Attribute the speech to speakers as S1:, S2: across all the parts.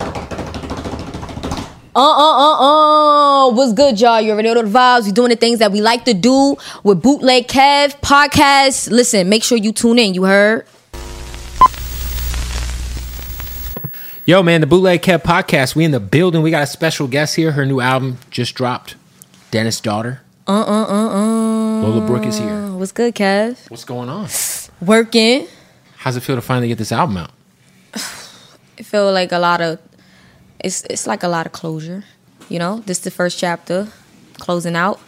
S1: Uh uh uh uh. What's good, y'all? You already know the vibes. we doing the things that we like to do with Bootleg Kev podcast. Listen, make sure you tune in. You heard?
S2: Yo, man, the Bootleg Kev podcast. We in the building. We got a special guest here. Her new album just dropped. Dennis' daughter,
S1: Uh uh uh uh.
S2: Lola Brooke, is here.
S1: What's good, Kev?
S2: What's going on?
S1: Working.
S2: How's it feel to finally get this album out?
S1: It feel like a lot of. It's it's like a lot of closure. You know, this the first chapter, closing out.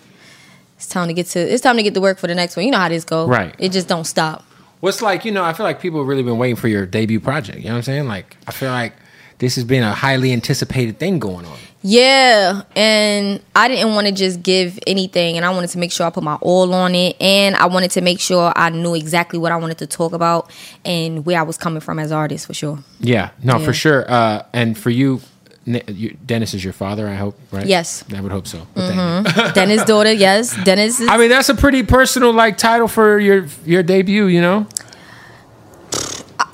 S1: It's time to get to. It's time to get to work for the next one. You know how this go.
S2: Right.
S1: It just don't stop.
S2: What's like, you know, I feel like people have really been waiting for your debut project. You know what I'm saying? Like, I feel like this has been a highly anticipated thing going on.
S1: Yeah, and I didn't want to just give anything, and I wanted to make sure I put my all on it, and I wanted to make sure I knew exactly what I wanted to talk about and where I was coming from as an artist for sure.
S2: Yeah, no,
S1: Yeah.
S2: for sure. Uh, and for you, N- you, Dennis is your father, I hope, right?
S1: Yes. Mm-hmm.
S2: I would hope so. But thank you.
S1: Dennis' daughter, yes, Dennis. Is,
S2: I mean, that's a pretty personal like title for your your debut, you know?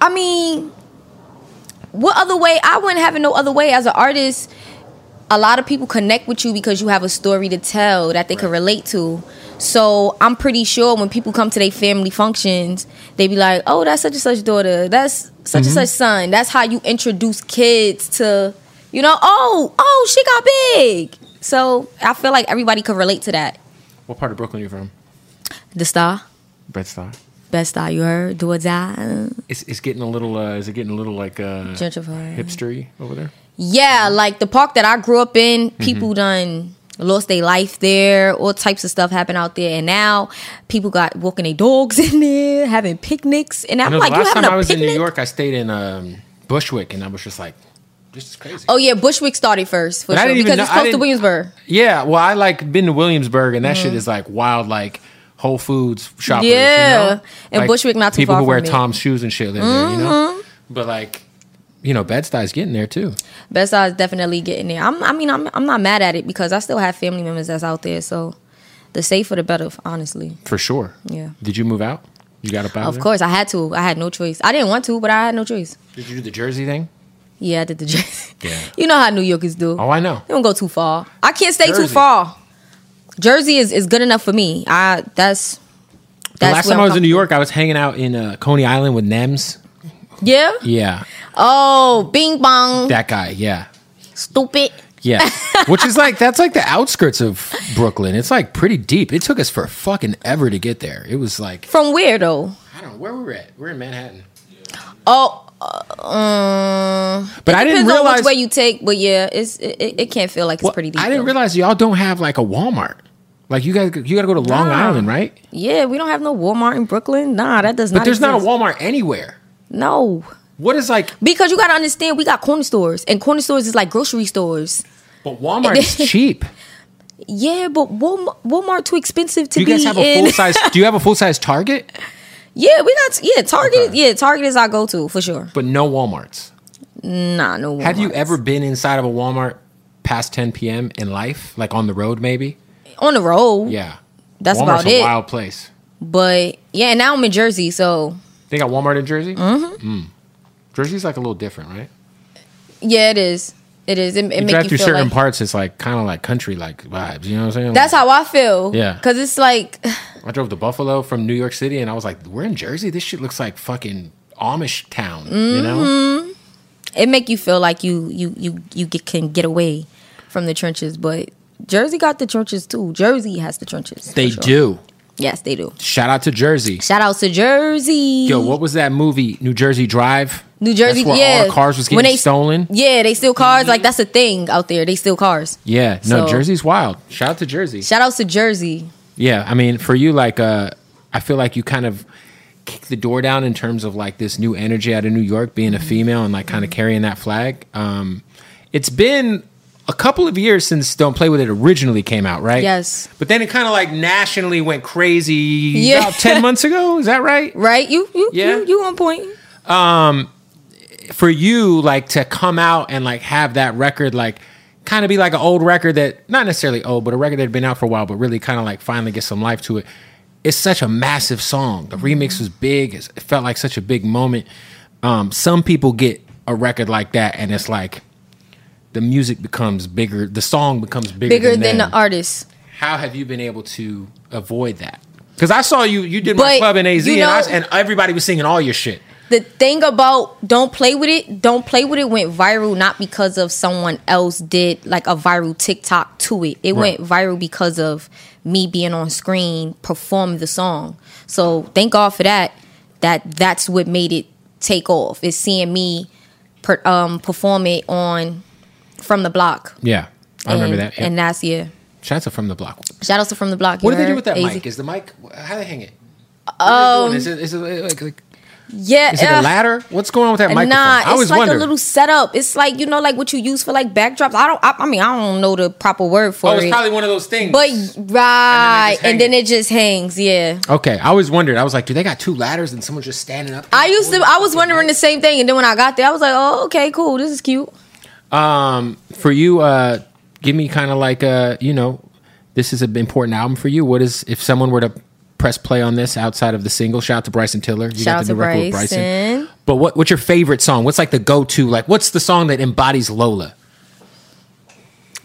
S1: I mean, what other way? I wouldn't have it no other way as an artist. A lot of people connect with you because you have a story to tell that they can relate to. So I'm pretty sure when people come to their family functions, they be like, "Oh, that's such and such daughter. That's such and such son." That's how you introduce kids to, you know, oh, oh, she got big. So I feel like everybody could relate to that.
S2: What part of Brooklyn are you from?
S1: The star,
S2: Red Star.
S1: best star you heard, do or die,
S2: It's, it's getting a little. Uh, is it getting a little like uh,
S1: gentrified.
S2: hipstery over there?
S1: Yeah,
S2: Mm-hmm.
S1: like the park that I grew up in, people done lost their life there, all types of stuff happened out there. And now people got walking their dogs in there, having picnics. And
S2: I
S1: I'm
S2: know
S1: like,
S2: the
S1: you
S2: last
S1: having
S2: time I
S1: a
S2: was
S1: picnic?
S2: in New York, I stayed in um, Bushwick, and I was just like, this is crazy.
S1: Oh yeah, Bushwick started first for
S2: But I
S1: sure
S2: didn't even
S1: because
S2: know-
S1: it's
S2: I
S1: close to
S2: didn't-
S1: Williamsburg.
S2: Yeah, well, I like been to Williamsburg, and that shit is like wild, like Whole Foods shoppers.
S1: Mm. Yeah.
S2: you know?
S1: And
S2: Like,
S1: Bushwick not too
S2: people
S1: far
S2: who wear
S1: from me. Mm-hmm.
S2: Tom's shoes and shit live there, you know. But like, you know, Bed Stuy's getting there too.
S1: Best I is definitely getting there. I'm, I mean, I'm, I'm not mad at it because I still have family members that's out there. So the safer the better, honestly.
S2: for sure.
S1: Yeah.
S2: Did you move out? You got up out
S1: Of
S2: there?
S1: course, I had to. I had no choice. I didn't want to, but I had no choice.
S2: Did you do the Jersey thing?
S1: Yeah, I did the dress.
S2: Yeah.
S1: you know how New Yorkers do.
S2: Oh, I know.
S1: They don't go too far. I can't stay too
S2: Jersey.
S1: far. Jersey is, is good enough for me. I that's that's
S2: The last
S1: where
S2: time I
S1: I'm
S2: was in
S1: comfortable.
S2: New York, I was hanging out in uh, Coney Island with Nems.
S1: Yeah.
S2: Yeah,
S1: Oh, Bing Bong,
S2: that guy. Yeah,
S1: stupid.
S2: yeah. Which is like that's like the outskirts of Brooklyn. It's like pretty deep. It took us for fucking ever to get there. It was like
S1: From where though?
S2: I don't know where we were at. We're in Manhattan.
S1: Oh, uh, um,
S2: But I didn't
S1: depends on
S2: realize.
S1: which way you take. But yeah, it's it, it, it can't feel like it's
S2: Well,
S1: pretty deep.
S2: I didn't
S1: though.
S2: realize y'all don't have like a Walmart. Like you got you got to go to Long
S1: Nah.
S2: Island, right?
S1: Yeah, we don't have no Walmart in Brooklyn. Nah, that does
S2: But
S1: not.
S2: there's not a
S1: exist.
S2: Walmart anywhere.
S1: No.
S2: What is like?
S1: Because you gotta understand, we got corner stores, and corner stores is like grocery stores.
S2: But Walmart is cheap.
S1: Yeah, but Walmart, Walmart too expensive to
S2: Do you
S1: be
S2: guys have a
S1: in.
S2: full size? Do you have a full size Target?
S1: yeah, we got yeah Target. Yeah, Target is our go to for sure.
S2: But no Walmarts.
S1: Nah, no.
S2: Have you
S1: Walmarts.
S2: ever been inside of a Walmart past 10 p.m. in life, like on the road, maybe?
S1: on the road?
S2: Yeah,
S1: that's
S2: Walmart's
S1: about
S2: a
S1: it.
S2: wild place.
S1: But yeah, and now I'm in Jersey, so
S2: They got Walmart in Jersey. Mm-hmm. Jersey's like a little different, right?
S1: yeah, it is. It is. It, it
S2: You
S1: make
S2: drive
S1: you
S2: through
S1: feel
S2: certain
S1: like
S2: parts, it's like kind of like country like vibes. You know what I'm saying?
S1: that's how I feel.
S2: Yeah.
S1: because it's like
S2: I drove to Buffalo from New York City, and I was like, "We're in Jersey. This shit looks like fucking Amish town." You
S1: Mm-hmm.
S2: know?
S1: it make you feel like you you you you get, can get away from the trenches, but. Jersey got the trenches too. Jersey has the trenches. for
S2: They
S1: sure.
S2: do.
S1: Yes, they do.
S2: Shout out to Jersey.
S1: Shout out to Jersey.
S2: Yo, what was that movie? New Jersey Drive.
S1: New Jersey,
S2: That's where
S1: yeah.
S2: all the cars was getting
S1: When they-
S2: stolen.
S1: Yeah, they steal cars. Like that's a thing out there. They steal cars.
S2: Yeah,
S1: So-
S2: no, Jersey's wild. Shout out to Jersey.
S1: Shout out to Jersey.
S2: Yeah, I mean, for you, like, uh, I feel like you kind of kick the door down in terms of like this new energy out of New York, being a
S1: Mm-hmm.
S2: female and like kind of carrying that flag. Um, it's been a couple of years since Don't Play With It originally came out, right?
S1: Yes.
S2: But then it kind of like nationally went crazy
S1: Yeah.
S2: about 10 months ago. Is that right?
S1: Right? You you
S2: Yeah.
S1: you, you on point.
S2: for you like to come out and like have that record like kind of be like an old record that not necessarily old but a record that had been out for a while but really kind of like finally get some life to it it's such a massive song
S1: Mm-hmm.
S2: the remix was big It's- it felt like such a big moment um, some people get a record like that and it's like the music becomes bigger the song becomes bigger,
S1: Bigger
S2: than,
S1: than
S2: them.
S1: the artist.
S2: how have you been able to avoid that because i saw you you did my
S1: But,
S2: club in az
S1: you
S2: and, I,
S1: know-
S2: s- and everybody was singing all your shit
S1: The thing about Don't Play With It, Don't Play With It went viral not because of someone else did like a viral TikTok to it. It
S2: Right.
S1: went viral because of me being on screen performing the song. So thank God for that. That that's what made it take off. Is seeing me per, um, perform it on from the block.
S2: yeah i remember
S1: and,
S2: that yeah.
S1: And that's yeah.
S2: shout out to from the block
S1: Shout out to From the Block. you
S2: What do they do
S1: heard?
S2: with that
S1: AZ.
S2: mic? Is the mic how they hang it? Um, is it, is it like, like-
S1: Yeah.
S2: is it
S1: Oh, uh,
S2: a ladder? What's going on with that microphone?
S1: Nah,
S2: I always
S1: it's like a
S2: wonder.
S1: little setup. It's like you know, like what you use for like backdrops. I don't. I, I mean, I don't know the proper word for
S2: oh, it's
S1: it.
S2: probably one of those things.
S1: but right,
S2: hang
S1: and then
S2: it.
S1: it just hangs. Yeah.
S2: okay, I always wondered. I was like, do they got two ladders and someone just standing up?
S1: I used to. I was wondering the same thing, and then when I got there, I was like, "Oh, okay, cool. This is cute."
S2: Um, for you, uh, give me kind of like a you know, this is an important album for you. What is if someone were to press play on this outside of the single? Shout out to Bryson Tiller. You
S1: Shout out to
S2: new record with
S1: Bryson.
S2: But what what's your favorite song? What's like the go to? Like what's the song that embodies Lola?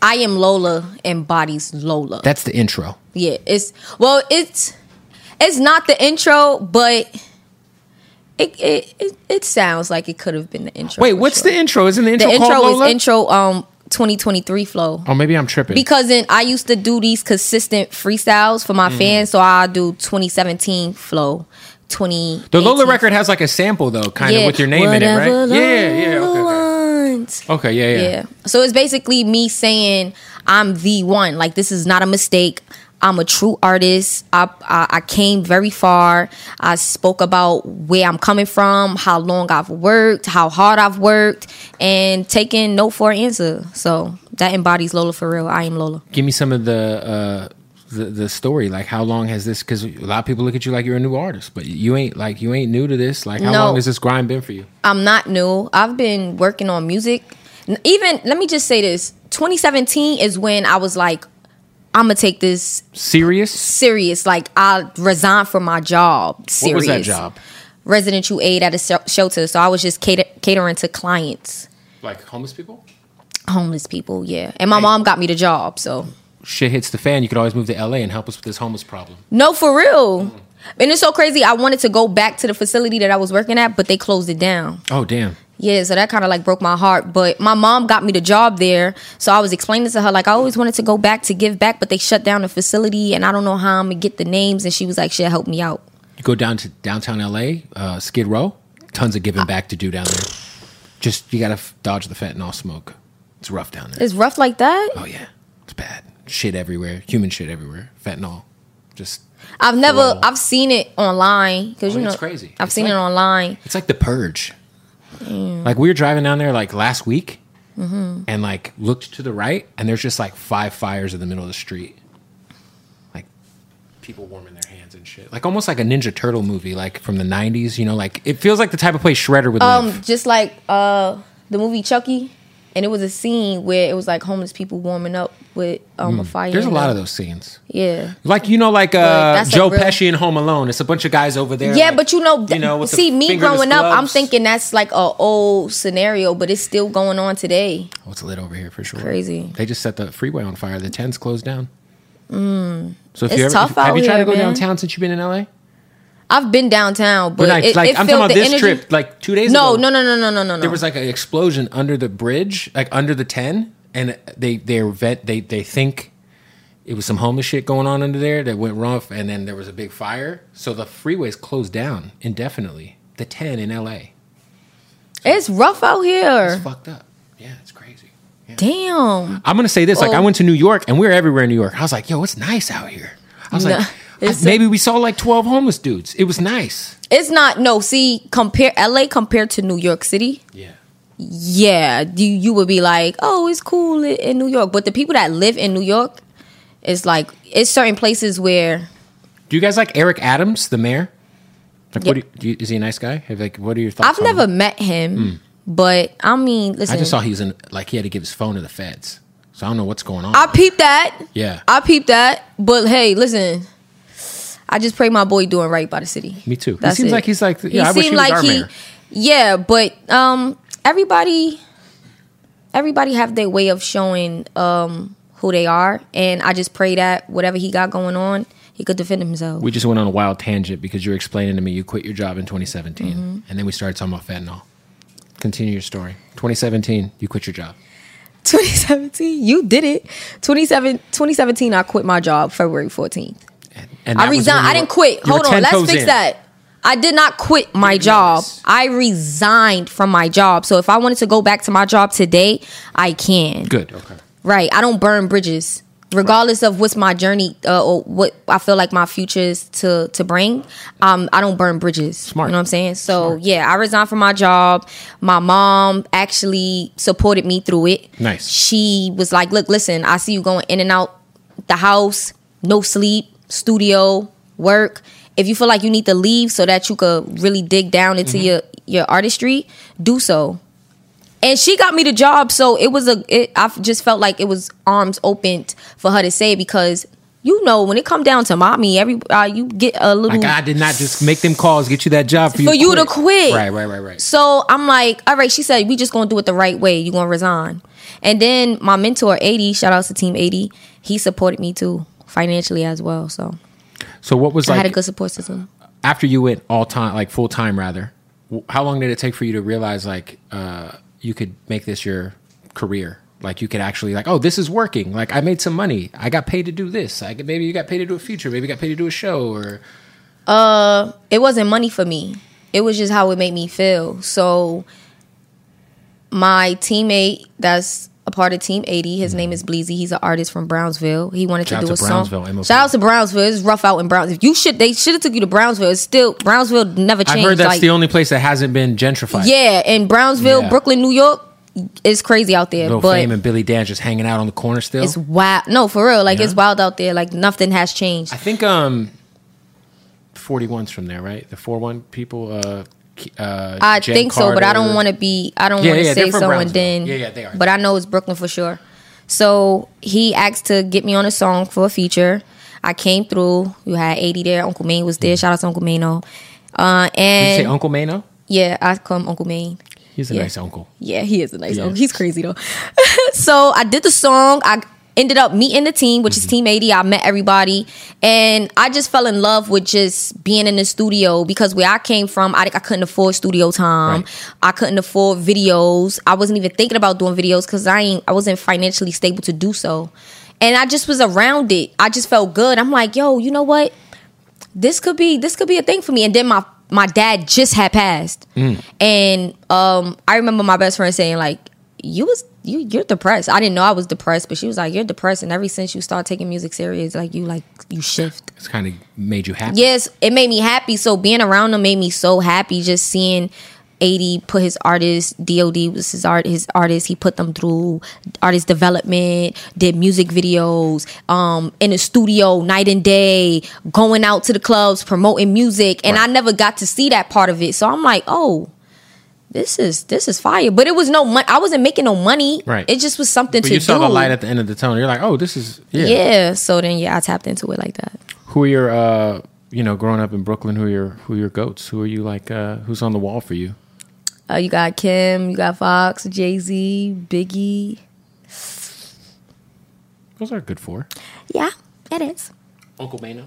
S1: I am Lola embodies Lola.
S2: That's the intro.
S1: yeah, it's well, it's it's not the intro, but it it it, it sounds like it could have been the intro.
S2: Wait,
S1: for
S2: what's
S1: sure.
S2: the intro? Isn't the intro
S1: the
S2: called
S1: intro?
S2: Lola?
S1: Is intro um 2023 flow.
S2: Oh, maybe I'm tripping.
S1: because then I used to do these consistent freestyles for
S2: Mm-hmm.
S1: my fans. So I do 2017 flow, 20.
S2: The Lola record has like a sample though, kind of with your name in it, right? yeah, yeah, okay, okay. Okay, yeah, yeah.
S1: Yeah. So it's basically me saying I'm the one. Like this is not a mistake. I'm a true artist. I, I I came very far. I spoke about where I'm coming from, how long I've worked, how hard I've worked, and taking no for an answer. So that embodies Lola for real. I am Lola.
S2: Give me some of the uh the, the story. Like how long has this cuz a lot of people look at you like you're a new artist, but you ain't like you ain't new to this. Like how
S1: No.
S2: long has this grind been for you?
S1: I'm not new. I've been working on music. N- Even let me just say this: 2017 is when I was like, I'm gonna take this
S2: Serious?
S1: serious. Like I resigned from my job.
S2: What
S1: Serious.
S2: was that job?
S1: Residential aid at a shel- shelter. So I was just cater- catering to clients,
S2: Like homeless people?
S1: homeless people. Yeah, and my mom got me the job. So
S2: Shit hits the fan. You could always move to LA and help us with this homeless problem.
S1: no, for real.
S2: Mm.
S1: And it's so crazy. I wanted to go back to the facility that I was working at, but they closed it down.
S2: Oh damn.
S1: Yeah, so that kind of like broke my heart. But my mom got me the job there. So I was explaining to her, like, I always wanted to go back to give back, but they shut down the facility and I don't know how I'm going to get the names. And she was like, she'll help me out.
S2: You go down to downtown LA, uh, Skid Row. Tons of giving back to do down there. Just you got to f- dodge the fentanyl smoke. It's rough down there.
S1: It's rough like that.
S2: Oh yeah, it's bad. Shit everywhere. Human shit everywhere. Fentanyl. Just
S1: I've never,
S2: horrible.
S1: I've seen it online. Cause you
S2: I mean,
S1: know,
S2: Oh, it's crazy.
S1: I've
S2: It's
S1: seen it
S2: like-
S1: online.
S2: it's like the purge. Like we were driving down there like last week, and like looked to the right, and there's just like five fires in the middle of the street, like people warming their hands and shit, like almost like a Ninja Turtle movie, like from the '90s. You know, like it feels like the type of place Shredder would live.
S1: Um, just like uh the movie Chucky, and it was a scene where it was like homeless people warming up with um a fire.
S2: Hmm. There's a
S1: in
S2: lot
S1: it.
S2: of those scenes.
S1: Yeah.
S2: Like you know, like uh,
S1: that's a
S2: Joe
S1: real-
S2: Pesci in Home Alone. It's a bunch of guys over there.
S1: Yeah,
S2: like,
S1: but you know,
S2: you know, with the
S1: see me
S2: fingerless
S1: growing up, I'm
S2: gloves.
S1: thinking that's like a old scenario, but it's still going on today.
S2: oh, it's lit over here for sure.
S1: Crazy.
S2: They just set the freeway on fire. The tens closed down. So if
S1: Mm. It's
S2: you ever,
S1: tough
S2: if- have
S1: out
S2: you tried to
S1: here,
S2: go
S1: man.
S2: downtown since you've been in LA?
S1: I've been downtown, but,
S2: But like,
S1: it,
S2: like
S1: it
S2: I'm
S1: felt
S2: talking about
S1: the
S2: this
S1: energy.
S2: trip, like two days
S1: no,
S2: ago.
S1: no, no, no, no, no, no, no.
S2: There was like an explosion under the bridge, like under the ten, and they they vet they they think it was some homeless shit going on under there that went wrong, and then there was a big fire. So the freeways closed down indefinitely. The ten in LA,
S1: it's rough out
S2: it's
S1: here.
S2: fucked up. Yeah, it's crazy.
S1: Damn.
S2: I'm gonna say this: like,
S1: Oh.
S2: I went to New York, and we were everywhere in New York. I was like, "Yo, it's nice out here." I was
S1: Nah,
S2: like, I-
S1: it's-
S2: "Maybe we saw like 12 homeless dudes. It was nice."
S1: It's not no, see, compare LA compared to New York City.
S2: Yeah,
S1: yeah, you you would be like, oh, it's cool i- in New York. But the people that live in New York, it's like it's certain places where
S2: Do you guys like Eric Adams, the mayor? Like, what
S1: Yeah.
S2: do you, do you- is he a nice guy? Have, like, what are your thoughts?
S1: I've
S2: on
S1: never
S2: him?
S1: met him, but I mean, listen,
S2: I
S1: I,
S2: just saw he was in. Like, he had to give his phone to the feds. So I don't know what's going on.
S1: peeped that.
S2: yeah,
S1: I peeped that. But hey, listen, I just pray my boy doing right by the city.
S2: me too. He
S1: That's
S2: seems
S1: it.
S2: like he's like. Yeah, I wish he was our mayor.
S1: yeah, but um, everybody, everybody have their way of showing um who they are, and I just pray that whatever he got going on, he could defend himself.
S2: We just went on a wild tangent because you were explaining to me you quit your job in 2017,
S1: Mm-hmm.
S2: and then we started talking about fentanyl. Continue your story. 2017, you quit your job.
S1: 2017, you did it. 27, 2017, I quit my job February 14th.
S2: And
S1: I
S2: that was when
S1: resigned.
S2: you
S1: I
S2: were-
S1: didn't quit.
S2: you were
S1: Hold
S2: 10
S1: on, let's
S2: toes
S1: fix
S2: in.
S1: that. I did not quit my job. I resigned from my job. So if I wanted to go back to my job today, I can.
S2: Good. Okay.
S1: Right. I don't burn bridges. Regardless of what's my journey uh, or what I feel like my futures to to bring, um, I don't burn bridges.
S2: Smart.
S1: You know what I'm saying? So yeah, I resigned from my job. My mom actually supported me through it.
S2: Nice.
S1: She was like, "Look, listen, I see you going in and out the house, no sleep, studio, work. If you feel like you need to leave so that you could really dig down into your your artistry, do so." and she got me the job so it was a it, i just felt like it was arms opened for her to say because you know when it come down to mommy every uh, you get a little
S2: Like I did not just make them calls, get you that job for you,
S1: for
S2: to
S1: you
S2: quit.
S1: to quit
S2: Right, right, right, right.
S1: so i'm like all right she said we just gonna do it the right way you gonna resign and then my mentor 80 shout outs to team 80 he supported me too financially as well so
S2: So what was
S1: i had a
S2: like
S1: good support system
S2: after you went all time, like full time rather? w- How long did it take for you to realize like uh, you could make this your career? Like you could actually like, oh, this is working. Like I made some money. I got paid to do this. I could, maybe you got paid to do a feature. Maybe you got paid to do a show. Or
S1: it wasn't money for me. It was just how it made me feel. So my teammate that's a part of Team 80, his name is Bleezy. He's an artist from Brownsville. He wanted
S2: Shout out
S1: to do
S2: to
S1: a
S2: Brownsville,
S1: song.
S2: MOP.
S1: Shout out to Brownsville. It's rough out in Brownsville. You should they should have took you to Brownsville. It's still Brownsville never changed.
S2: I've heard that's
S1: like,
S2: the only place that hasn't been gentrified.
S1: Yeah, in Brownsville,
S2: Yeah.
S1: Brooklyn, New York, it's crazy out there.
S2: Lil
S1: but
S2: Fame and Billy Dan just hanging out on the corner still.
S1: it's wild. No, for real. Like
S2: Yeah.
S1: it's wild out there. Like nothing has changed.
S2: I think um, 41's from there, right? The 41 people. Uh, K- uh,
S1: I
S2: Jen
S1: think so, but I don't
S2: Carter.
S1: want to be. I don't
S2: Yeah,
S1: want to
S2: yeah, they're
S1: say
S2: from
S1: someone.
S2: Brownsville.
S1: Then,
S2: Yeah, yeah, they are.
S1: But I know it's Brooklyn for sure. So he asked to get me on a song for a feature. I came through. You had eighty there. Uncle Maine was there. Shout out to Uncle Maino. Uh,
S2: Mm. Did you
S1: and
S2: say Uncle Mano?
S1: yeah, I call him Uncle Maine.
S2: He's a
S1: Yeah.
S2: nice uncle.
S1: Yeah, he is a nice
S2: Yeah.
S1: uncle. He's crazy though. so I did the song. I ended up meeting the team, which
S2: Mm-hmm.
S1: is Team 80. I met everybody. And I just fell in love with just being in the studio because where I came from, I, I couldn't afford studio time.
S2: Right.
S1: I couldn't afford videos. I wasn't even thinking about doing videos because I ain't I wasn't financially stable to do so. And I just was around it. I just felt good. I'm like, yo, you know what? this could be this could be a thing for me. And then my my dad just had passed,
S2: Mm.
S1: and um, I remember my best friend saying like, "You was you you're depressed." I didn't know I was depressed, but she was like, "You're depressed." And ever since you start taking music serious, like you like you shift.
S2: It's kind of made you happy.
S1: Yes, it made me happy. So being around them made me so happy. Just seeing 80 put his artist dod was his art his artist he put them through artist development did music videos um in the studio night and day going out to the clubs promoting music and i never got to see that part of it so i'm like oh this is this is fire but it was no money i wasn't making no money
S2: Right.
S1: it just was something
S2: But
S1: to
S2: you saw
S1: do
S2: the light at the end of the tunnel. You're like, oh, this is yeah.
S1: yeah. so then yeah i tapped into it like that
S2: Who are your uh, you know, growing up in Brooklyn? Who are your who are your goats? Who are you like? Uh, who's on the wall for you?
S1: uh, you got kim you got fox jay-z biggie
S2: Those are good for.
S1: yeah it is
S2: Uncle Bano.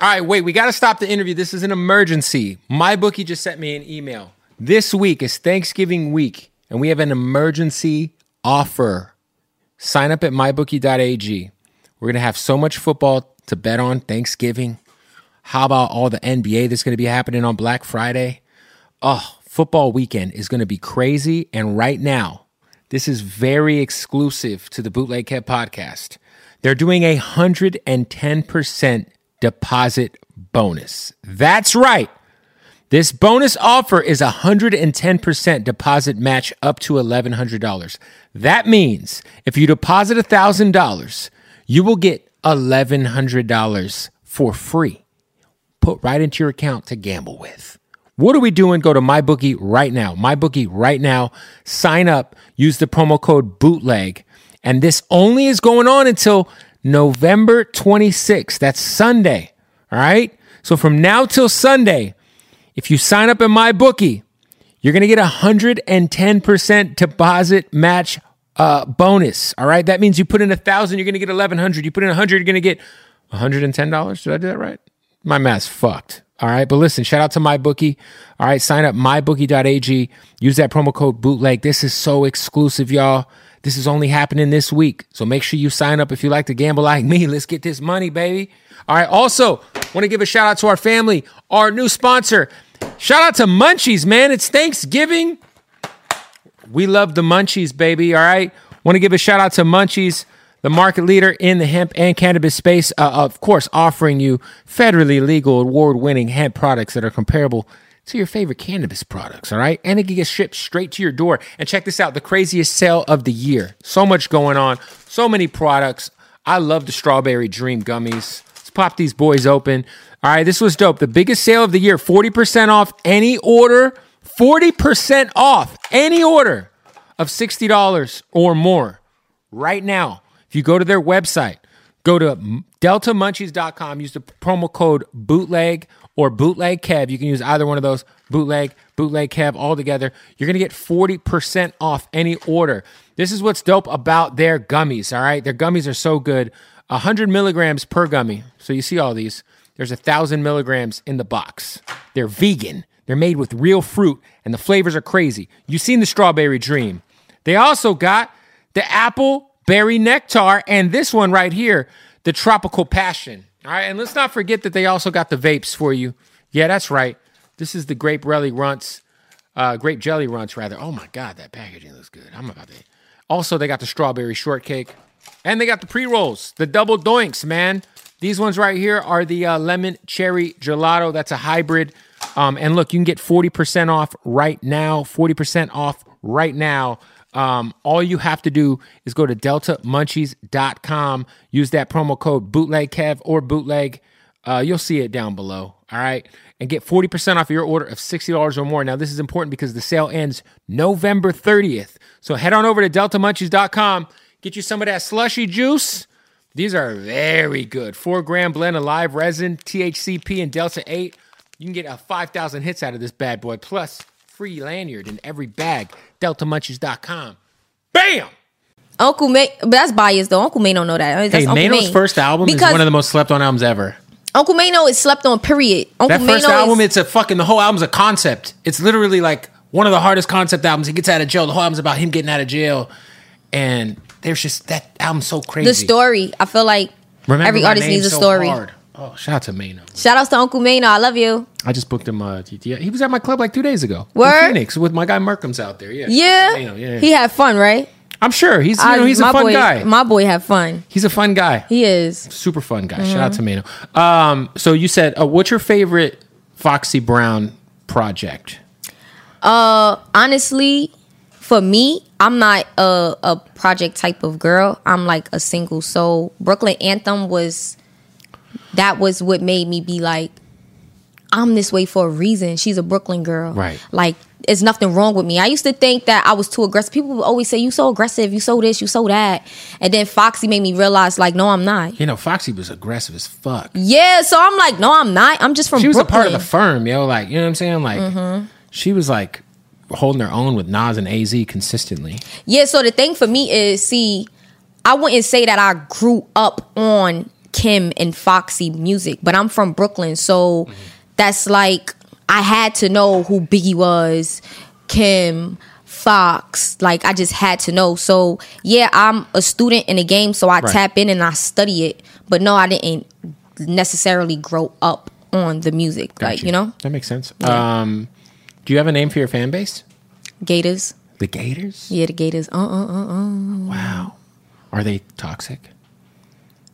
S2: All right, wait, we got to stop the interview. This is an emergency. My bookie just sent me an email. This week is Thanksgiving week, and we have an emergency offer. Sign up at mybookie.ag. We're going to have so much football to bet on Thanksgiving. How about all the NBA that's going to be happening on Black Friday? Oh, football weekend is going to be crazy. And right now, this is very exclusive to the Bootleg Head podcast. They're doing a 110% deposit bonus. That's right. This bonus offer is a 110% deposit match up to $1,100. That means if you deposit $1,000, you will get $1,100 for free put right into your account to gamble with. What are we doing? Go to MyBookie right now. MyBookie right now. Sign up. Use the promo code bootleg. And this only is going on until November 26th. That's Sunday. All right. So from now till Sunday, if you sign up at MyBookie, you're going to get a 110% deposit match uh, bonus. All right. That means you put in a thousand, you're going to get 1100. You put in a hundred, you're going to get $110. Did I do that right? My math's fucked. All right. But listen, shout out to MyBookie. All right. Sign up mybookie.ag. Use that promo code bootleg. This is so exclusive, y'all. This is only happening this week. So make sure you sign up if you like to gamble like me. Let's get this money, baby. All right. Also, want to give a shout out to our family, our new sponsor. Shout out to Munchies, man. It's Thanksgiving. We love the Munchies, baby. All right. Want to give a shout out to Munchies, the market leader in the hemp and cannabis space. Uh, of course, offering you federally legal, award winning hemp products that are comparable to your favorite cannabis products. All right. And it can get shipped straight to your door. And check this out the craziest sale of the year. So much going on, so many products. I love the strawberry dream gummies. Let's pop these boys open. All right, this was dope. The biggest sale of the year 40% off any order, 40% off any order of $60 or more right now. If you go to their website, go to m- deltamunchies.com, use the p- promo code bootleg or bootleg kev. You can use either one of those bootleg, bootleg kev all together. You're going to get 40% off any order. This is what's dope about their gummies, all right? Their gummies are so good. 100 milligrams per gummy. So you see all these. There's a thousand milligrams in the box. They're vegan. They're made with real fruit, and the flavors are crazy. You've seen the strawberry dream. They also got the apple berry nectar, and this one right here, the tropical passion. All right, and let's not forget that they also got the vapes for you. Yeah, that's right. This is the grape rally runts, uh, grape jelly runts rather. Oh my god, that packaging looks good. I'm about to. Also, they got the strawberry shortcake, and they got the pre rolls, the double doinks, man. These ones right here are the uh, lemon cherry gelato. That's a hybrid. Um, and look, you can get 40% off right now. 40% off right now. Um, all you have to do is go to deltamunchies.com, use that promo code bootlegkev or bootleg. Uh, you'll see it down below. All right. And get 40% off your order of $60 or more. Now, this is important because the sale ends November 30th. So head on over to deltamunchies.com, get you some of that slushy juice. These are very good. Four gram blend of live resin, THCP, and Delta 8. You can get a 5,000 hits out of this bad boy, plus free lanyard in every bag. DeltaMunchies.com. Bam!
S1: Uncle May, but that's biased though. Uncle May don't know that. That's
S2: hey,
S1: Uncle
S2: Mano's
S1: May.
S2: first album
S1: because
S2: is one of the most slept on albums ever.
S1: Uncle Mano is slept on. Period. Uncle
S2: That first
S1: Mano
S2: album,
S1: is,
S2: it's a fucking, the whole album's a concept. It's literally like one of the hardest concept albums. He gets out of jail. The whole album's about him getting out of jail. And there's just, that album's so crazy.
S1: the story. I feel like
S2: Remember
S1: every
S2: My
S1: artist
S2: Name's
S1: needs a
S2: so
S1: story.
S2: hard. Oh, shout out to Mano.
S1: Shout outs to Uncle Mano. I love you.
S2: I just booked him. Uh, yeah, he was at my club like two days ago. in
S1: Word?
S2: Phoenix with my guy Merkham's out there. Yeah,
S1: Yeah,
S2: You know, yeah, yeah.
S1: he had fun, right?
S2: I'm sure he's you know,
S1: I-
S2: he's a
S1: my
S2: fun
S1: boy,
S2: guy.
S1: My boy had fun.
S2: he's a fun guy.
S1: He is.
S2: Super fun guy. Shout out to Mano.
S1: Mm-hmm.
S2: Um, so you said, uh, what's your favorite Foxy Brown project?
S1: Uh, honestly, for me, I'm not a, a project type of girl. I'm like a single soul. Brooklyn Anthem was that was what made me be like, I'm this way for a reason. She's a Brooklyn girl.
S2: Right.
S1: Like, it's nothing wrong with me. I used to think that I was too aggressive. People would always say, You so aggressive, you so this, you so that. And then Foxy made me realize, like, no, I'm not.
S2: You know, Foxy was aggressive as fuck.
S1: Yeah, so I'm like, no, I'm not. I'm just from
S2: She was
S1: Brooklyn. Mm-hmm.
S2: a part of the firm, yo. Like, you know what I'm saying? Like, she was like holding her own with Nas and AZ consistently.
S1: Yeah, so the thing for me is, see, I wouldn't say that I grew up on Kim and Foxy music, but I'm from Brooklyn, so
S2: Mm-hmm.
S1: that's like I had to know who Biggie was, Kim, Fox. Like I just had to know. So yeah, I'm a student in the game, so I
S2: Right.
S1: tap in and I study it. But no, I didn't necessarily grow up on the music,
S2: Got
S1: like you know,
S2: That makes sense. Um, do you have a name for your fan base?
S1: Gators.
S2: The Gators?
S1: Yeah, the Gators. Uh uh uh uh.
S2: Wow. Are they toxic?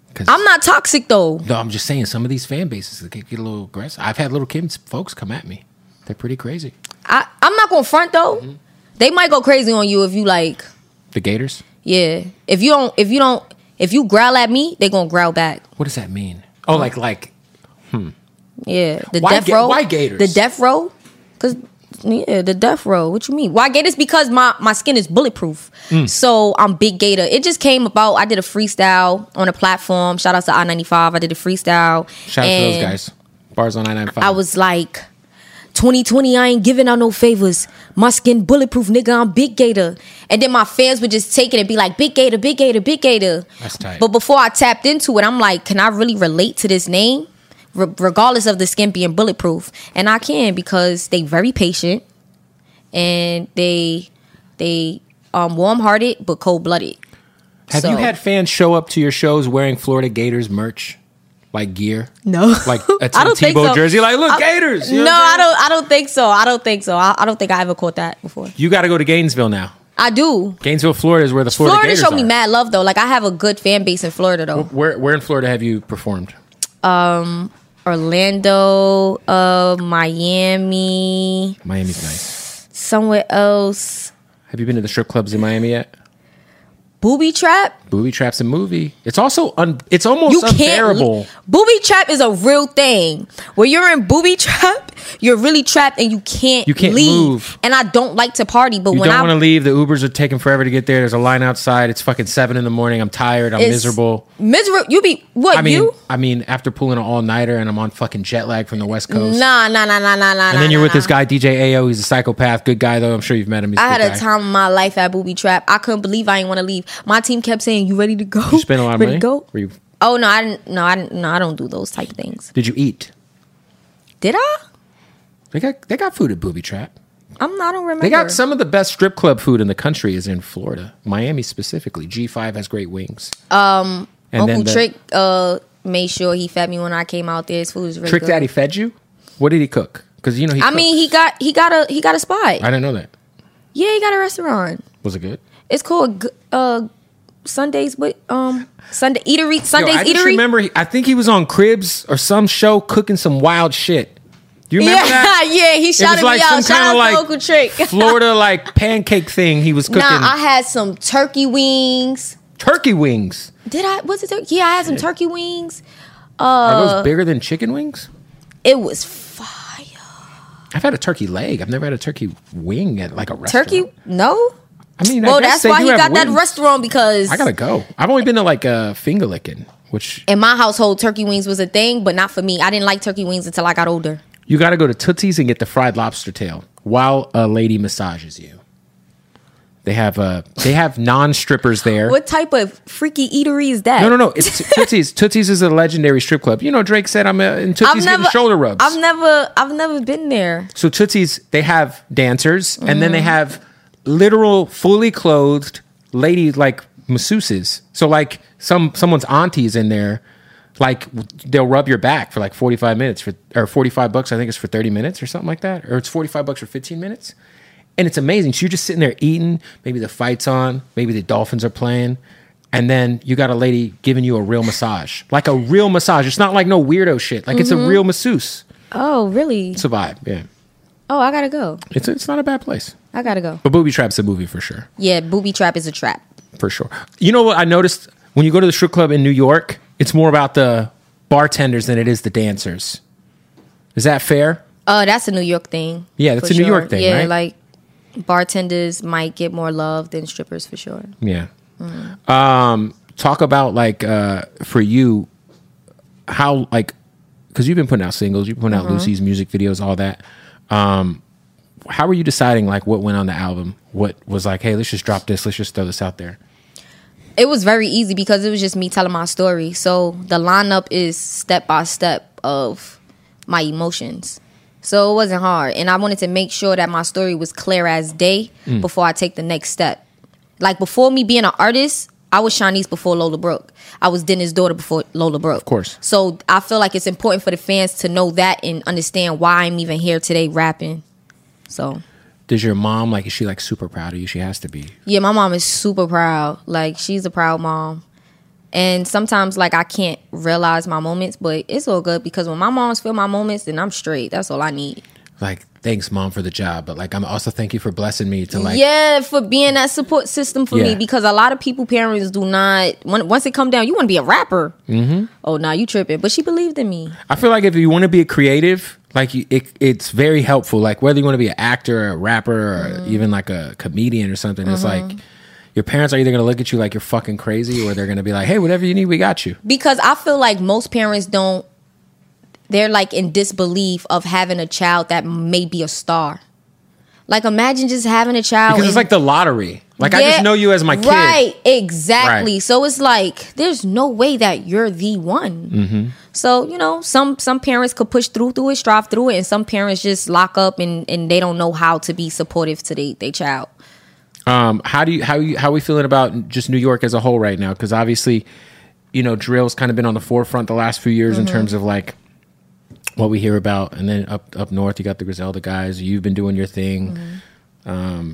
S2: Because
S1: I'm not toxic though.
S2: No, I'm just saying some of these fan bases they get, get a little aggressive. I've had little kids folks come at me. They're pretty crazy.
S1: I, I'm not gonna front though.
S2: Mm-hmm.
S1: They might go crazy on you if you like,
S2: The Gators?
S1: yeah. If you don't, if you don't, if you growl at me, they gonna growl back.
S2: What does that mean? Oh, like like
S1: Yeah, the
S2: Why
S1: death
S2: ga-
S1: row.
S2: why Gators?
S1: The death row, because yeah, the death row. What you mean? Why Gators? Because my my skin is bulletproof,
S2: Mm.
S1: so I'm big Gator. It just came about. I did a freestyle on a platform. Shout out to I ninety five. I did a freestyle.
S2: shout out to those
S1: and
S2: guys. Bars on 995.
S1: I was like, 2020, I ain't giving out no favors. My skin bulletproof, nigga, I'm Big Gator. And then my fans would just take it and be like, Big Gator, Big Gator, Big Gator.
S2: That's tight.
S1: But before I tapped into it, I'm like, can I really relate to this name? Re- regardless of the skin being bulletproof. And I can because they very patient and they they um warm hearted but cold blooded.
S2: Have you
S1: so-
S2: had fans show up to your shows wearing Florida Gators merch? Like gear?
S1: No.
S2: Like a
S1: I
S2: Tim
S1: don't think
S2: Tebow
S1: so.
S2: jersey? Like, look,
S1: I-
S2: Gators. You know
S1: no,
S2: what I'm
S1: I
S2: saying?
S1: don't I don't think so. I don't think so. I, I don't think I ever caught that before.
S2: You gotta go to Gainesville now.
S1: I do.
S2: Gainesville, Florida is where the Florida,
S1: Florida
S2: Gators
S1: showed me
S2: are.
S1: mad love though. Like I have a good fan base in Florida though.
S2: Where where in Florida have you performed?
S1: Orlando, uh, Miami,
S2: Miami's nice.
S1: somewhere else.
S2: Have you been to the strip clubs in Miami yet?
S1: Booby trap.
S2: Booby traps a movie. It's also un- it's almost
S1: You can't.
S2: unbearable.
S1: Booby trap is a real thing. Where you're in booby trap, you're really trapped and you can't.
S2: You can't
S1: leave.
S2: move.
S1: And I don't like to party, but
S2: You
S1: when
S2: don't
S1: I
S2: want to leave. The Ubers are taking forever to get there. There's a line outside. It's fucking seven in the morning. I'm tired. I'm
S1: it's
S2: miserable.
S1: miserable. You be what
S2: I mean,
S1: you?
S2: I mean, after pulling an all nighter and I'm on fucking jet lag from the West Coast.
S1: Nah, nah, nah, nah, nah, nah.
S2: and then you're with this guy DJ Ao. He's a psychopath. Good guy though. I'm sure you've met him. He's
S1: I had
S2: good
S1: a
S2: guy.
S1: time in my life at Booby Trap. I couldn't believe I didn't want to leave. My team kept saying, "You ready to go?
S2: You spent a lot of
S1: ready
S2: money.
S1: To go?
S2: Were you-
S1: Oh no, I didn't. No, I didn't. No, I don't do those type of things.
S2: did you eat?
S1: Did I?
S2: They got they got food at Booby Trap.
S1: I'm not. I don't remember.
S2: They got some of the best strip club food in the country is in Florida, Miami specifically. G5 has great wings. Um, and
S1: Uncle
S2: the-
S1: Trick uh, made sure he fed me when I came out there. His food was really
S2: Trick
S1: good.
S2: Daddy fed you. What did he cook? Because you know he.
S1: I mean, he got he got a he got a spot.
S2: I didn't know that.
S1: yeah, he got a restaurant.
S2: Was it good?
S1: It's called G- uh, Sundays with um Sunday Eatery.
S2: Yo,
S1: Sundays
S2: I just
S1: Eatery.
S2: remember. he- I think he was on Cribs or some show cooking some wild shit. Do you
S1: yeah,
S2: remember that?
S1: yeah. He
S2: It was
S1: shouted
S2: like
S1: me
S2: some
S1: out. Shout
S2: kinda
S1: out
S2: like
S1: to Uncle Trick.
S2: Florida like pancake thing he was cooking.
S1: Nah, I had some turkey wings.
S2: Turkey wings.
S1: Did I? Was it turkey? Yeah, I had some turkey wings.
S2: Are
S1: Uh,
S2: those bigger than chicken wings?
S1: It was fire.
S2: I've had a turkey leg. I've never had a turkey wing at like a restaurant.
S1: Turkey? No.
S2: I mean, I
S1: Well,
S2: guess
S1: that's
S2: they
S1: why
S2: do
S1: he
S2: have
S1: got that
S2: wings.
S1: restaurant because
S2: I gotta go. I've only been to like uh, finger licking, which
S1: in my household, turkey wings was a thing, but not for me. I didn't like turkey wings until I got older.
S2: you gotta go to Tootsie's and get the fried lobster tail while a lady massages you. They have uh, they have non strippers there.
S1: What type of freaky eatery is that?
S2: No, no, no. It's Tootsie's. Tootsie's is a legendary strip club. You know, Drake said I'm uh, in Tootsie's getting shoulder rubs.
S1: I've never, I've never been there.
S2: so Tootsie's, they have dancers, and then they have literal, fully clothed lady like masseuses. So like some someone's auntie's in there. Like they'll rub your back for like forty five minutes for or forty five bucks. I think it's for thirty minutes or something like that, or it's forty five bucks for fifteen minutes. And it's amazing. So you're just sitting there eating. Maybe the fight's on. Maybe the dolphins are playing. And then you got a lady giving you a real massage, like a real massage. It's not like no weirdo shit. Like it's a real masseuse.
S1: Oh, really?
S2: It's a vibe. Yeah.
S1: Oh, I gotta go.
S2: It's it's not a bad place.
S1: I gotta go.
S2: But Booby Trap's a movie for sure.
S1: Yeah, booby trap is a trap.
S2: for sure. You know what I noticed when you go to the strip club in New York, it's more about the bartenders than it is the dancers. Is that fair?
S1: Oh, that's a New York thing.
S2: Yeah, that's
S1: for
S2: a New York thing,
S1: Yeah,
S2: right?
S1: like bartenders might get more love than strippers for sure.
S2: Yeah. Um, talk about like uh, for you, how like because you've been putting out singles, you've been putting out Lucy's music videos, all that. Um, how were you deciding like what went on the album? What was like, hey, let's just drop this, let's just throw this out there.
S1: It was very easy because it was just me telling my story. So the lineup is step by step of my emotions. So it wasn't hard. And I wanted to make sure that my story was clear as day before I take the next step. Like before me being an artist, I was Shawnee's before Lola Brooke. I was Dennis' daughter before Lola Brooke. Of
S2: course.
S1: So I feel like it's important for the fans to know that and understand why I'm even here today rapping. So
S2: Does your mom like is she like super proud of you? She has to be.
S1: yeah, my mom is super proud. Like she's a proud mom. And sometimes like I can't realize my moments, but it's all good because when my moms feel my moments, then I'm straight. That's all I need.
S2: Like, thanks mom for the job, but like I'm also thank you for blessing me to like
S1: yeah, for being that support system for
S2: Yeah.
S1: me because a lot of people parents do not when, once it come down, you want to be a rapper. Mm-hmm. Oh, nah, you tripping. But she believed in me.
S2: I feel like if you want to be a creative, like you, it, it's very helpful. Like whether you want to be an actor, or a rapper, or
S1: Mm.
S2: even like a comedian or something, it's
S1: Mm-hmm.
S2: like your parents are either going to look at you like you're fucking crazy, or they're going to be like, "Hey, whatever you need, we got you."
S1: because I feel like most parents don't. They're like in disbelief of having a child that may be a star. Like imagine just having a child.
S2: Because it's
S1: and-
S2: like the lottery. Like I
S1: Yeah,
S2: just know you as my kid.
S1: Right, exactly.
S2: Right.
S1: So it's like there's no way that you're the one.
S2: Mm-hmm.
S1: So you know, some some parents could push through through it, strive through it, and some parents just lock up and and they don't know how to be supportive to their they child.
S2: Um, how do you how you how we feeling about just New York as a whole right now? Because obviously, you know, drill's kind of been on the forefront the last few years
S1: Mm-hmm.
S2: in terms of like what we hear about, and then up up north you got the Griselda guys. You've been doing your thing. Um,
S1: Mm-hmm.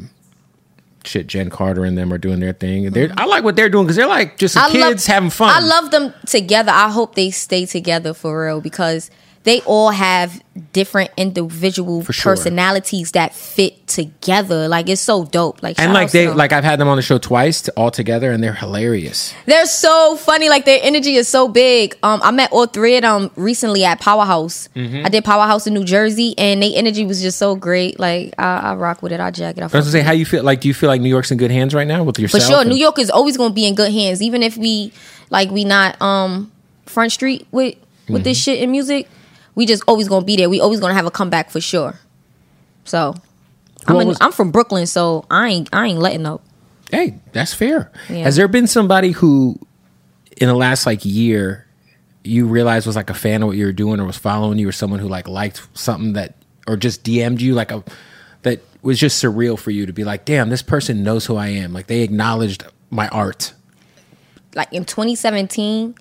S2: shit, Jen Carter and them are doing their thing. They're I like what they're doing because they're like just
S1: Mm-hmm. I love-
S2: kids having fun.
S1: I love them together. I hope they stay together for real because they all have different individual
S2: sure.
S1: personalities that fit together. Like it's so dope. Like
S2: and
S1: shout
S2: like
S1: outs to
S2: they
S1: them.
S2: like I've had them on the show twice to, all together, and they're hilarious.
S1: they're so funny. Like their energy is so big. Um, I met all three of them recently at Powerhouse.
S2: Mm-hmm.
S1: I did Powerhouse in New Jersey, and they energy was just so great. Like I, I rock with it. I jack it. I
S2: I
S1: fuck
S2: was gonna say, how you feel? Like, do you feel like New York's in good hands right now with
S1: For
S2: yourself?
S1: sure,
S2: and-
S1: New York is always going to be in good hands, even if we like we not um front street with with this
S2: Mm-hmm.
S1: shit in music. We just always going to be there. We always going to have a comeback for sure. So I'm
S2: What
S1: a-
S2: was-
S1: I'm from Brooklyn, so I ain't I ain't letting up.
S2: Hey, that's fair.
S1: Yeah.
S2: Has there been somebody who, in the last like year, you realized was like a fan of what you were doing, or was following you, or someone who like liked something that, or just DM'd you like a that was just surreal for you to be like, damn, this person knows who I am. Like they acknowledged my art.
S1: Like in 2017,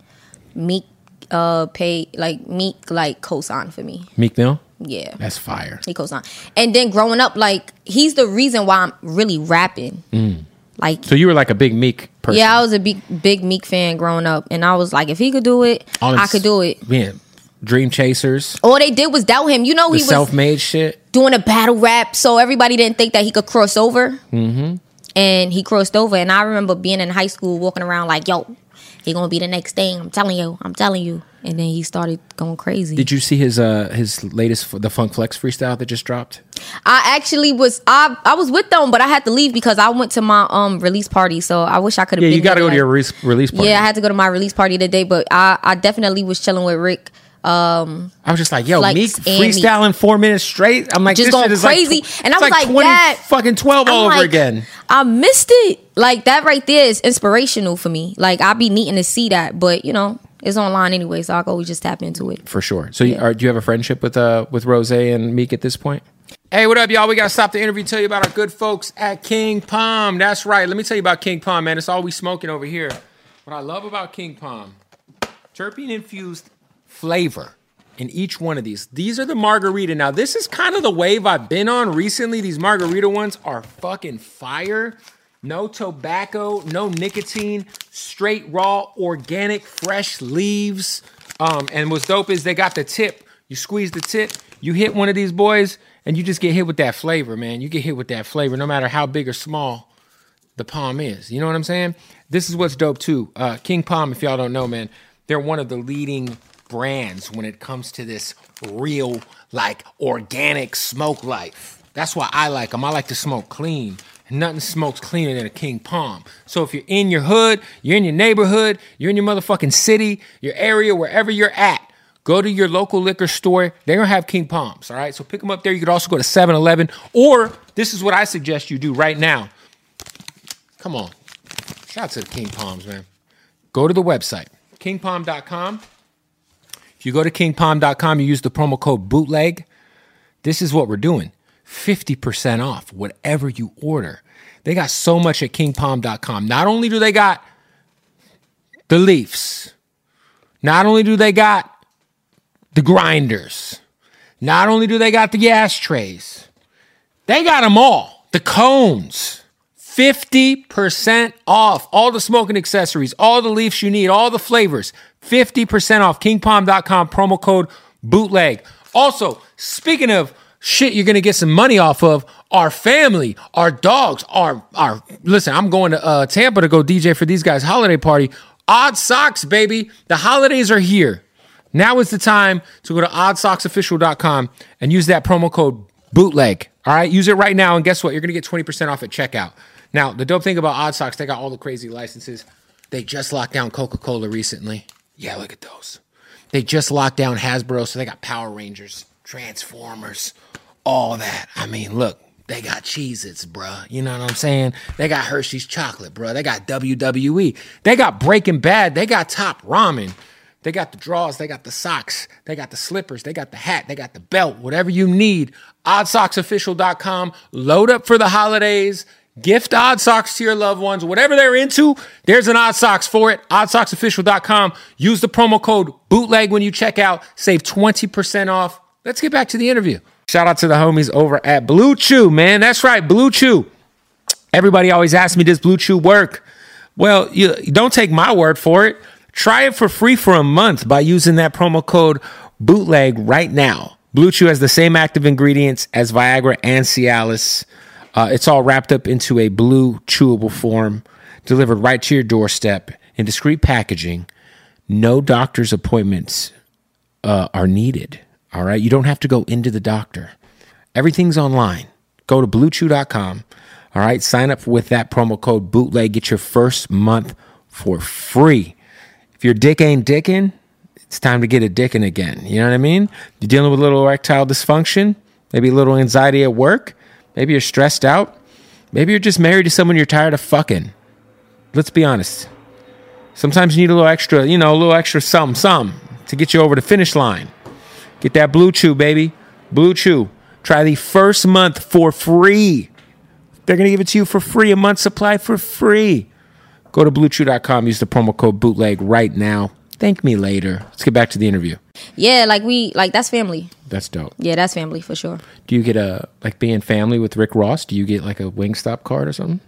S1: Meek uh paid like Meek like co-signed for me.
S2: Meek Mill,
S1: Yeah.
S2: that's fire.
S1: He goes on. And then growing up, like he's the reason why I'm really rapping.
S2: Mm.
S1: Like
S2: So you were like a big Meek person.
S1: Yeah, I was a big big Meek fan growing up, and I was like, if he could do it,
S2: All them
S1: I could do it.
S2: Man, Dream Chasers,
S1: All they did was doubt him. You know,
S2: the
S1: he was
S2: self-made shit.
S1: doing a battle rap, so everybody didn't think that he could cross over. Mm-hmm. And he crossed over, and I remember being in high school, walking around like, yo, he gonna be the next thing. I'm telling you, I'm telling you. And then he started going crazy.
S2: Did you see his uh his latest the Funk Flex freestyle that just dropped?
S1: I actually was I I was with them, but I had to leave because I went to my um release party. So I wish I could have.
S2: Yeah,
S1: been
S2: you got to
S1: there,
S2: go to
S1: like-
S2: your release release party.
S1: Yeah, I had to go to my release party today, but I, I definitely was chilling with Rick.
S2: I was just like, yo,
S1: Flex
S2: Meek
S1: and Meek.
S2: freestyling four minutes straight. I'm like,
S1: Just
S2: this
S1: going
S2: shit is
S1: crazy.
S2: Like tw-
S1: And I
S2: it's
S1: was like, Dad,
S2: fucking 12 all
S1: I'm
S2: over
S1: like,
S2: again.
S1: I missed it. Like that right there is inspirational for me. Like I be needing to see that, but you know, it's online anyway, so I can always just tap into it.
S2: For sure. So, you, are, do you have a friendship with uh with Rose and Meek at this point? Hey, what up, y'all? We gotta stop the interview. Tell you about our good folks at King Palm. That's right. Let me tell you about King Palm, man. It's all we smoking over here. What I love about King Palm, terpene infused flavor in each one of these. These are the margarita. Now, this is kind of the wave I've been on recently. These margarita ones are fucking fire. No tobacco, no nicotine, straight raw, organic, fresh leaves. Um, and what's dope is they got the tip. You squeeze the tip, you hit one of these boys, and you just get hit with that flavor, man. You get hit with that flavor, no matter how big or small the palm is. You know what I'm saying? This is what's dope too. Uh, King Palm, if y'all don't know, man, they're one of the leading brands when it comes to this real, like organic smoke life. That's why I like them. I like to smoke clean. Nothing smokes cleaner than a King Palm. So if you're in your hood, you're in your neighborhood, you're in your motherfucking city, your area, wherever you're at, Go to your local liquor store. They're going to have King Palms. All right. So pick them up there. You could also go to 7 Eleven. Or this is what I suggest you do right now. Come on. Shout out to the King Palms, man. Go to the website, kingpalm.com. If you go to kingpalm.com, you use the promo code bootleg. This is what we're doing 50% off whatever you order. They got so much at kingpalm.com. Not only do they got the Leafs, not only do they got the grinders. Not only do they got the ashtrays, they got them all. The cones, 50% off. All the smoking accessories, all the leaves you need, all the flavors, 50% off. KingPalm.com, promo code bootleg. Also, speaking of shit you're gonna get some money off of, our family, our dogs, our our listen, I'm going to uh, Tampa to go DJ for these guys' holiday party. Odd socks, baby. The holidays are here. Now is the time to go to oddsocksofficial.com and use that promo code bootleg. All right, use it right now, and guess what? You're gonna get 20% off at checkout. Now, the dope thing about Odd Socks, they got all the crazy licenses. They just locked down Coca Cola recently. Yeah, look at those. They just locked down Hasbro, so they got Power Rangers, Transformers, all that. I mean, look, they got Cheez Its, bruh. You know what I'm saying? They got Hershey's chocolate, bruh. They got WWE. They got Breaking Bad. They got Top Ramen. They got the draws, they got the socks, they got the slippers, they got the hat, they got the belt, whatever you need. Oddsocksofficial.com. Load up for the holidays. Gift Odd Socks to your loved ones. Whatever they're into, there's an Odd Socks for it. Oddsocksofficial.com. Use the promo code bootleg when you check out. Save 20% off. Let's get back to the interview. Shout out to the homies over at Blue Chew, man. That's right, Blue Chew. Everybody always asks me, does Blue Chew work? Well, you don't take my word for it. Try it for free for a month by using that promo code bootleg right now. Blue Chew has the same active ingredients as Viagra and Cialis. Uh, it's all wrapped up into a blue chewable form, delivered right to your doorstep in discreet packaging. No doctor's appointments uh, are needed. All right. You don't have to go into the doctor. Everything's online. Go to bluechew.com. All right. Sign up with that promo code bootleg. Get your first month for free. If your dick ain't dicking, it's time to get a dicking again. You know what I mean? You're dealing with a little erectile dysfunction, maybe a little anxiety at work, maybe you're stressed out, maybe you're just married to someone you're tired of fucking. Let's be honest. Sometimes you need a little extra, you know, a little extra something, something to get you over the finish line. Get that Blue Chew, baby. Blue Chew. Try the first month for free. They're going to give it to you for free, a month supply for free. Go to bluechew.com, use the promo code bootleg right now. Thank me later. Let's get back to the interview.
S1: Yeah, like we like that's family.
S2: That's dope.
S1: Yeah, that's family for sure.
S2: Do you get a, like being family with Rick Ross, do you get like a Wingstop card or something?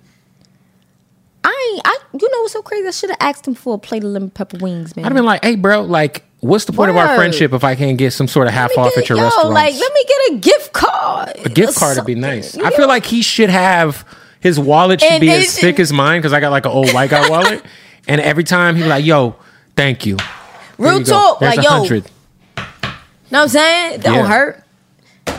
S1: I ain't, I you know what's so crazy? I should have asked him for a plate of lemon pepper wings, man.
S2: I'd have been like, hey, bro, like, what's the point of our
S1: Word.
S2: friendship if I can't get some sort of half
S1: Let me
S2: off
S1: get-
S2: at your
S1: yo,
S2: restaurant?
S1: like let me get a gift card.
S2: a gift card would be nice. I
S1: like.
S2: feel like he should have his wallet should
S1: And
S2: be
S1: it
S2: as thick
S1: should-
S2: as mine because I got like an old white guy wallet. And every time he be like, yo, thank you. There
S1: Real
S2: you go.
S1: talk,
S2: There's
S1: like
S2: a
S1: yo,
S2: hundred.
S1: know what I'm saying? It Don't
S2: Yeah.
S1: hurt.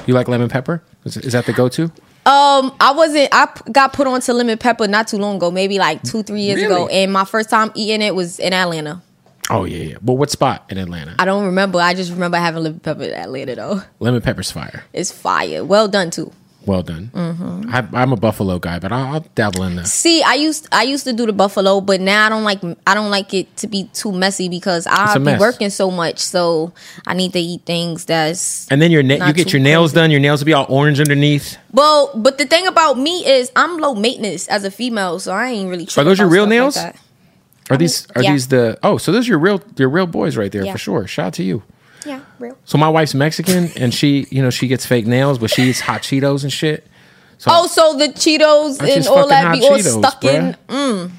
S2: You like lemon pepper? Is, is that the go to?
S1: Um, I wasn't. I p- got put onto lemon pepper not too long ago, maybe like two, three years ago,
S2: Really?
S1: and my first time eating it was in Atlanta.
S2: Oh yeah, yeah. But what spot in Atlanta?
S1: I don't remember. I just remember having lemon pepper in Atlanta though.
S2: Lemon pepper's fire.
S1: It's fire. Well done too.
S2: Well done.
S1: Mm-hmm.
S2: I, I'm a Buffalo guy, but I'll, I'll dabble in the
S1: See, I used I used to do the buffalo, but now I don't like I don't like it to be too messy because I
S2: a
S1: be
S2: mess.
S1: working so much, so I need to eat things that's
S2: And then your na- you
S1: Not
S2: get
S1: too
S2: your nails done. Your nails will be all orange underneath.
S1: well. But the thing about me is I'm low maintenance as a female, so I ain't really. tripping
S2: those your
S1: about
S2: real
S1: stuff like
S2: nails?
S1: that.
S2: Are these are
S1: yeah.
S2: these the oh? So those are your real your real boys right there
S1: Yeah.
S2: for sure. Shout out to you.
S1: Yeah, real.
S2: So my wife's Mexican and she you know she gets fake nails, but she eats hot Cheetos and shit.
S1: Oh, so the Cheetos
S2: That's
S1: and
S2: just
S1: all
S2: fucking
S1: that
S2: hot
S1: be all
S2: Cheetos,
S1: stuck in.
S2: bruh.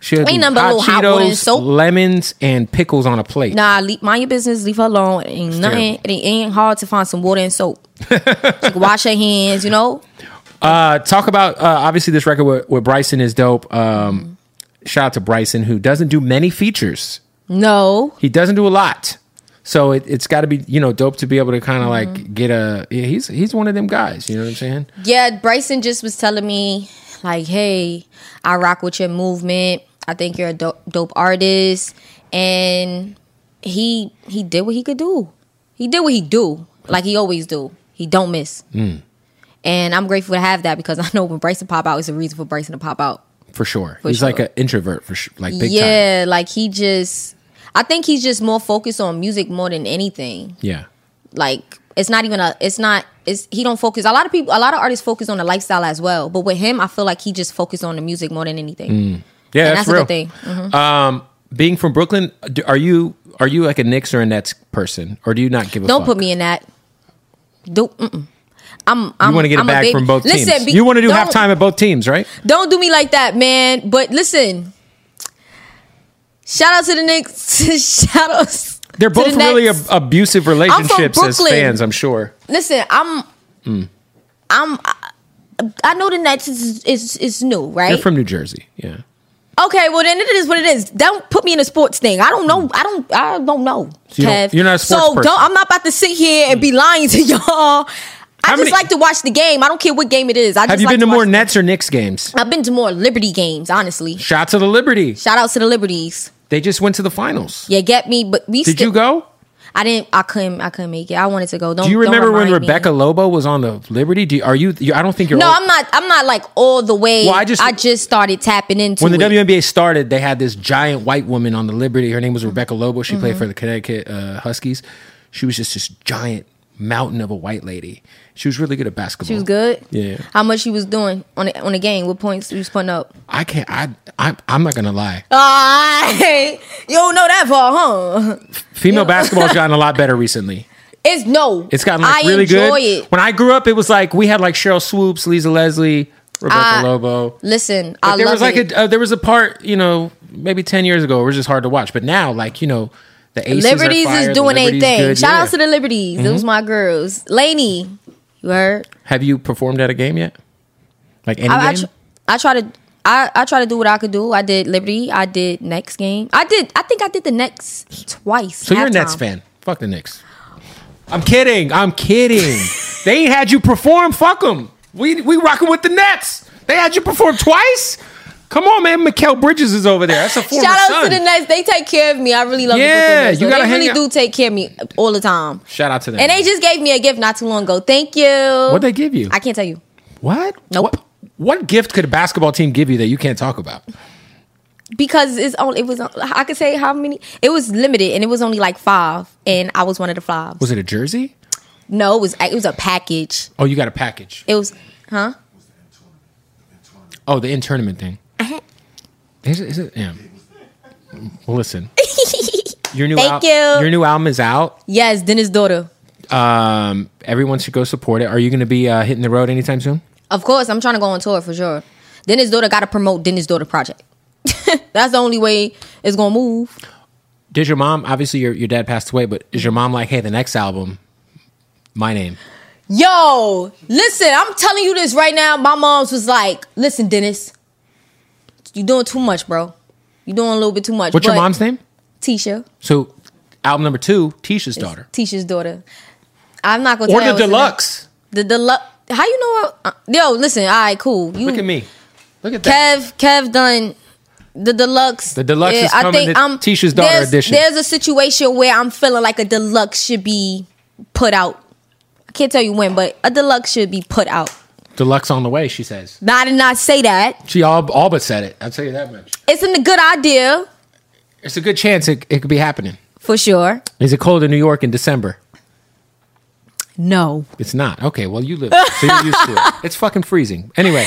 S2: She'll
S1: Ain't
S2: do
S1: nothing but
S2: hot
S1: a little hot water and
S2: Cheetos,
S1: soap.
S2: lemons, and pickles on a plate.
S1: Nah, leave, mind your business. Leave her alone. It ain't nothing.
S2: terrible.
S1: It ain't, it ain't hard to find some water and soap. She can wash her hands. You know.
S2: Uh, talk about uh, obviously this record with, with Bryson is dope. Um, shout out to Bryson who doesn't do many features.
S1: No.
S2: He doesn't do a lot, so it, it's got to be you know dope to be able to kind of
S1: Mm-hmm.
S2: like get a. Yeah, he's he's one of them guys. You know what I'm saying?
S1: Yeah, Bryson just was telling me, like, hey, I rock with your movement. I think you're a dope, dope artist, and he he did what he could do. He did what he do, like he always do. He don't miss. And I'm grateful to have that because I know when Bryson pop out, it's a reason for Bryson to pop out.
S2: For sure. he's like
S1: sure.
S2: an introvert for sure. Like big time.
S1: yeah, like he just, I think he's just more focused on music more than anything.
S2: Yeah.
S1: like it's not even a it's not it's he don't focus a lot of people a lot of artists focus on the lifestyle as well but with him i feel like he just focused on the music more than anything
S2: Mm. Yeah,
S1: and
S2: that's,
S1: that's a
S2: real.
S1: good thing.
S2: Um, being from Brooklyn, d- are you are you like a Knicks or a Nets person, or do you not give a
S1: don't
S2: fuck?
S1: put me in that do mm-mm. i'm i'm
S2: You want to get
S1: I'm
S2: it
S1: a
S2: back
S1: baby.
S2: from both
S1: listen,
S2: teams.
S1: be-
S2: you want to do
S1: don't-
S2: halftime at both teams, right?
S1: don't do me like that man but listen shout out to the Knicks shout outs
S2: They're
S1: to
S2: both
S1: the
S2: really
S1: Nets.
S2: ab- abusive relationships as
S1: Brooklyn.
S2: fans. I'm sure.
S1: Listen, I'm,
S2: Hmm.
S1: I'm, I, I know the Nets is is, is new, right?
S2: They're from New Jersey. Yeah.
S1: okay, well then it is what it is. Don't put me in a sports thing. I don't know. I don't. I don't know.
S2: Hmm. So you don't-
S1: Kev.
S2: you're not a sports
S1: so
S2: person. Hmm.
S1: don't. I'm not about to sit here and be lying to y'all. I
S2: How
S1: just
S2: many-
S1: like to watch the game. I don't care what game it is. I just
S2: Have you
S1: like
S2: been to more
S1: watch the-
S2: Nets or Knicks games?
S1: I've been to more Liberty games, honestly.
S2: Shout to the Liberty.
S1: Shout out to the Liberties.
S2: They just went to the finals.
S1: Yeah, get me. But we
S2: Did
S1: still-
S2: you go?
S1: I didn't. I couldn't. I couldn't make it. I wanted to go. Don't
S2: Do you
S1: don't
S2: remember when
S1: remind me.
S2: Rebecca Lobo was on the Liberty? Do you, are you, you? I don't think you're.
S1: No,
S2: old.
S1: I'm not. I'm not like all the way.
S2: Well, I
S1: I
S2: just-
S1: just started tapping into
S2: when the
S1: it.
S2: WNBA started, they had this giant white woman on the Liberty. Her name was Rebecca Lobo. She
S1: Mm-hmm.
S2: played for the Connecticut uh, Huskies. She was just this giant mountain of a white lady. She was really good at basketball.
S1: She was good.
S2: Yeah.
S1: How much she was doing on the, on the game? What points you was putting up?
S2: I can't. I, I I'm not gonna lie.
S1: I you don't know that far, huh?
S2: Female basketball's gotten a lot better recently.
S1: It's no.
S2: It's gotten like
S1: I
S2: really
S1: enjoy
S2: good.
S1: It.
S2: When I grew up, it was like we had like Cheryl Swoops, Lisa Leslie, Rebecca
S1: I-
S2: Lobo.
S1: Listen,
S2: But
S1: I
S2: there
S1: love
S2: was like
S1: it.
S2: a uh, there was a part you know maybe ten years ago it was just hard to watch, but now like you know the Aces are
S1: Liberties
S2: fire,
S1: is
S2: the
S1: doing a
S2: Liberties
S1: thing.
S2: good,
S1: Shout
S2: yeah. Mm-hmm.
S1: out to the Liberties. Those my girls. Laney, you heard?
S2: Have you performed at a game yet? Like any
S1: I, I,
S2: game?
S1: tr- I try to. I, I try to do what I could do. I did Liberty. I did next game. I did. I think I did the next twice.
S2: so you're a Nets
S1: halftime.
S2: fan. Fuck the Knicks. I'm kidding. I'm kidding. they ain't had you perform. Fuck them. We we rocking with the Nets. They had you perform twice. Come on, man. Mikael Bridges is over there. That's a former
S1: Shout out
S2: son.
S1: to the Nets. They take care of me. I really love
S2: Yeah,
S1: yeah, the
S2: you
S1: Brooklyn Nets.
S2: gotta
S1: So They
S2: hang
S1: really
S2: out-
S1: do take care of me all the time.
S2: Shout out to them.
S1: And they just gave me a gift not too long ago. Thank you.
S2: what they give you?
S1: I can't tell you.
S2: what?
S1: Nope.
S2: What, what gift could a basketball team give you that you can't talk about?
S1: Because it's only it was I could say how many it was limited and it was only like five and I was one of the five.
S2: Was it a jersey?
S1: No, it was it was a package.
S2: Oh, you got a package.
S1: It was huh?
S2: Oh, the in tournament thing.
S1: Uh-huh.
S2: Is it, is it? Yeah. Well, listen. Your new
S1: Thank
S2: al-
S1: you.
S2: Your new album is out.
S1: Yes, Dennis' daughter.
S2: Um, everyone should go support it. Are you going to be uh, hitting the road anytime soon?
S1: Of course, I'm trying to go on tour for sure. Dennis' daughter gotta promote Dennis' daughter project. That's the only way it's gonna move.
S2: Did your mom? Obviously, your your dad passed away, but is your mom like, hey, the next album, my name?
S1: Yo, listen, I'm telling you this right now. My mom's was like, listen, Dennis, you doing too much, bro. You doing a little bit too much.
S2: What's your
S1: But
S2: mom's name?
S1: Tisha.
S2: So, album number two, Tisha's daughter,
S1: Tisha's daughter. I'm not gonna
S2: or
S1: tell
S2: the
S1: you what's in
S2: deluxe.
S1: The deluxe. How you know? I- uh, yo, listen. All right, cool. You,
S2: Look at me. Look at that.
S1: Kev. Kev done the deluxe.
S2: The deluxe is coming, the Tisha's daughter
S1: there's,
S2: edition.
S1: There's a situation where I'm feeling like a deluxe should be put out. I can't tell you when, but a deluxe should be put out.
S2: Deluxe on the way. She says.
S1: Now, I did not say that.
S2: She all all but said it. I'll tell you that much.
S1: It's a good idea
S2: It's a good chance it, it could be happening.
S1: for sure.
S2: Is it cold in New York in December?
S1: No.
S2: It's not. Okay, well, you live, so you're used to it. It's fucking freezing. Anyway,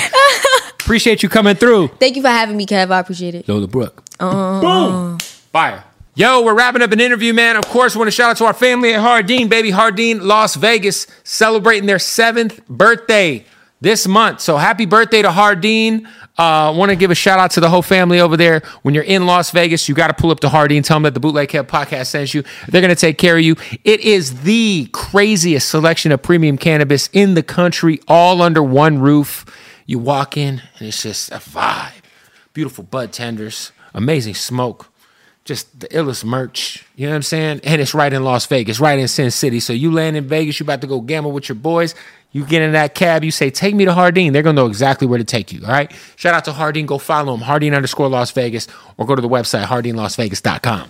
S2: appreciate you coming through.
S1: Thank you for having me, Kev. I appreciate it.
S2: Lola Brooke. Boom. Fire. Yo, we're wrapping up an interview, man. Of course, we want to shout out to our family at Hardeen, baby. Hardeen, Las Vegas, celebrating their seventh birthday. this month. So happy birthday to Hardeen. Uh, Want to give a shout out to the whole family over there. When you're in Las Vegas, you got to pull up to Hardeen. Tell them that the Bootleg Head podcast sends you. They're going to take care of you. It is the craziest selection of premium cannabis in the country, all under one roof. You walk in, and it's just a vibe. Beautiful bud tenders, amazing smoke just the illest merch. You know what I'm saying? And it's right in Las Vegas, right in Sin City. So you land in Vegas, you about to go gamble with your boys. You get in that cab, you say, take me to Hardin. They're gonna know exactly where to take you. All right. Shout out to Hardin. Go follow him, Hardin underscore Las Vegas, or go to the website, hardinlasvegas.com.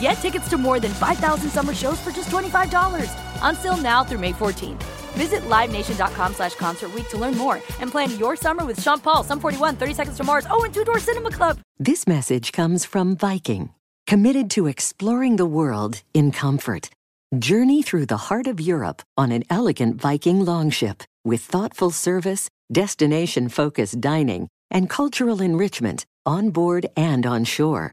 S3: Get tickets to more than 5,000 summer shows for just $25. Until now through May 14th. Visit LiveNation.com slash Concert Week to learn more and plan your summer with Sean Paul, Sum 41, 30 Seconds to Mars, oh, and Two Door Cinema Club.
S4: This message comes from Viking, committed to exploring the world in comfort. Journey through the heart of Europe on an elegant Viking longship with thoughtful service, destination focused dining, and cultural enrichment on board and on shore.